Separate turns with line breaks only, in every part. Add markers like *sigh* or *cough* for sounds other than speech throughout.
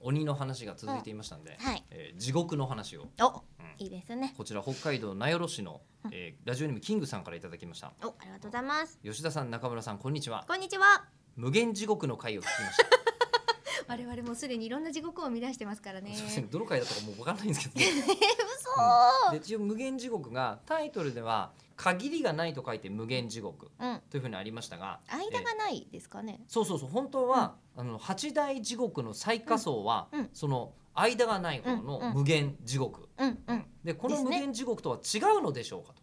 鬼の話が続いていましたんで、
はい
えー地獄の話を、
お
うん
いいですね
こちら北海道名寄市の、えーラジオネームキングさんからいただきました
おありがとうございます
吉田さん中村さんこんにちは
こんにちは
無限地獄の回を聞きま
*laughs*
した
我々もすでにいろんな地獄を生み出してますからね
すいませんどの回だったかもう分かんないんですけど、
*laughs* え *laughs* 嘘
で一応無限地獄がタイトルでは限りがないと書いて無限地獄
うん
というふうにありましたが
間がないですかね
そうそうそう本当は、あの八大地獄の最下層は、
うんうん
その間がない方
うんう
の
ん
無限地獄、
うんうん
でこの
ですね
無限地獄とは違うのでしょうかと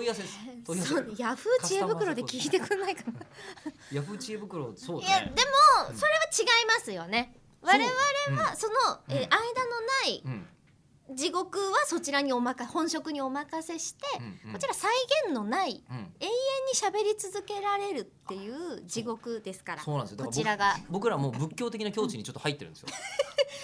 *laughs*
問い合わせです問い合わ
そうヤフー知恵袋で聞いてくんないかな
せヤフー知恵袋そう
いやで
ね
もそれは違いますよね我々はその、
うん
えー間のない
うんうん
地獄はそちらにおまか本職にお任せして、
うんうん
こちら再現のないに
うん
喋り続けられるっていう地獄ですから
そうなんですよだ
こ
から
ちらが、
僕僕らもう仏教的な境地にちょっと入ってるんですよ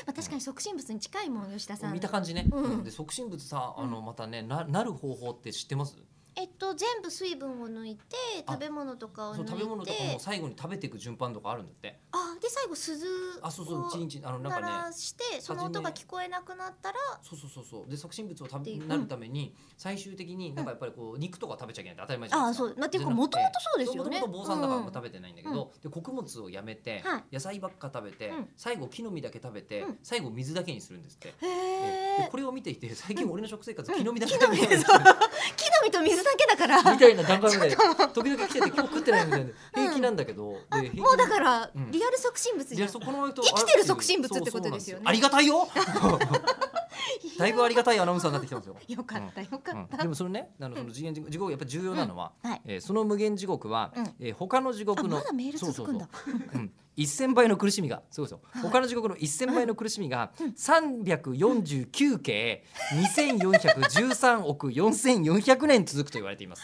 まあ、確かに即身仏に近いもん吉田さん
見た感じね、
うん
で促進物さあのまたねななる方法って知ってます
えっと全部水分を抜いて
あ
食べ物とかを
そ
抜
う食べ物
い
と
て
かも最後に食べていく順番とかあるんだって
あで最後鈴
あそうそう一
を
日あのなんか
鳴
ね
らしてその音が聞こえなくなったら
そうそうそうそうで促進物を食
って
べ
いう
なるために最終的になんかやっぱりこう肉とか食べちゃいけないって当たり前じゃない
あ
ですか
そうまあっていうか
じゃな
も
くて
ともとそうですよね
もともと坊さんだから
うん
食べてないんだけど、で穀物をやめて、
はい
野菜ばっか食べて、
うん
最後木の実だけ食べて、
うん
最後水だけにするんですって、
へえ
でこれを見ていて最近俺の食生活、木の実だけ
木
食
の
べてる
実
んで
そう *laughs*
すよ
木の実と水だけだから
みたいな段階まで時々来てて今日食ってないみたいな平気なんだけど、で平
もう
気
だから、
うん
リアル促進物
い
じゃ
や
ん
そこの人
生きてる促進物ってことですよね
ありがたい
*laughs*
よだいぶありがたいアナウンサーになってきたんです
*laughs*
よ、
よかったよかった、
うんでもそのねあのその次元地獄地獄やっぱり重要なのは、
はい
えーその無限地獄は、
うん
えー他の地
あ
獄の
まだメール続くんだ
そうそうそううん1000倍の苦しみがそうそう、
はい
他の地獄の1000倍の苦しみが、
うん
349系2413億4400年続くと言われています、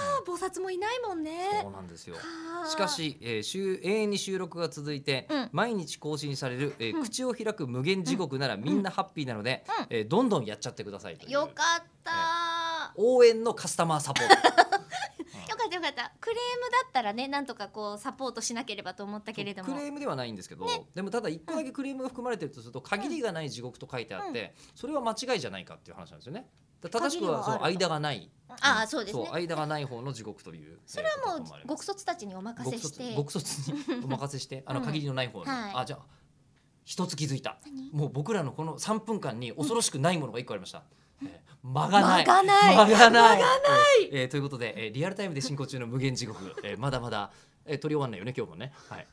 あー菩薩もいないもんね
そうなんですよ
はー
しかし、えー、週永遠に収録が続いて、
うん
毎日更新される、えー
うん
口を開く無限地獄ならみんなハッピーなので、
うん
えーどんどんやっちゃってくださいという
よかった、
応援のカスタマーサポート
よかったよかったクレームだったらねなんとかこうサポートしなければと思ったけれども
クレームではないんですけど、でもただ一個だけクレームが含まれてるとすると限りがない地獄と書いてあって、それは間違いじゃないかっていう話なんですよねだ正しくはそ
限り
う
はあると
間がない
ああそうですね
そう間がない方の地獄という
それ
えーこ
はも
ともあり
う
ます
極卒たちにお任せして
極卒極卒にお任せして
*laughs*
あの
うん
限りのない方の、
はい
あじゃあ一つ気づいた
何
もう僕らのこの3分間に恐ろしくないものが1個ありました。えー間がない
間がない
間がないえーえーということで、えーリアルタイムで進行中の無限地獄、えーまだまだ、えー、取り終わんないよね今日もね。はい、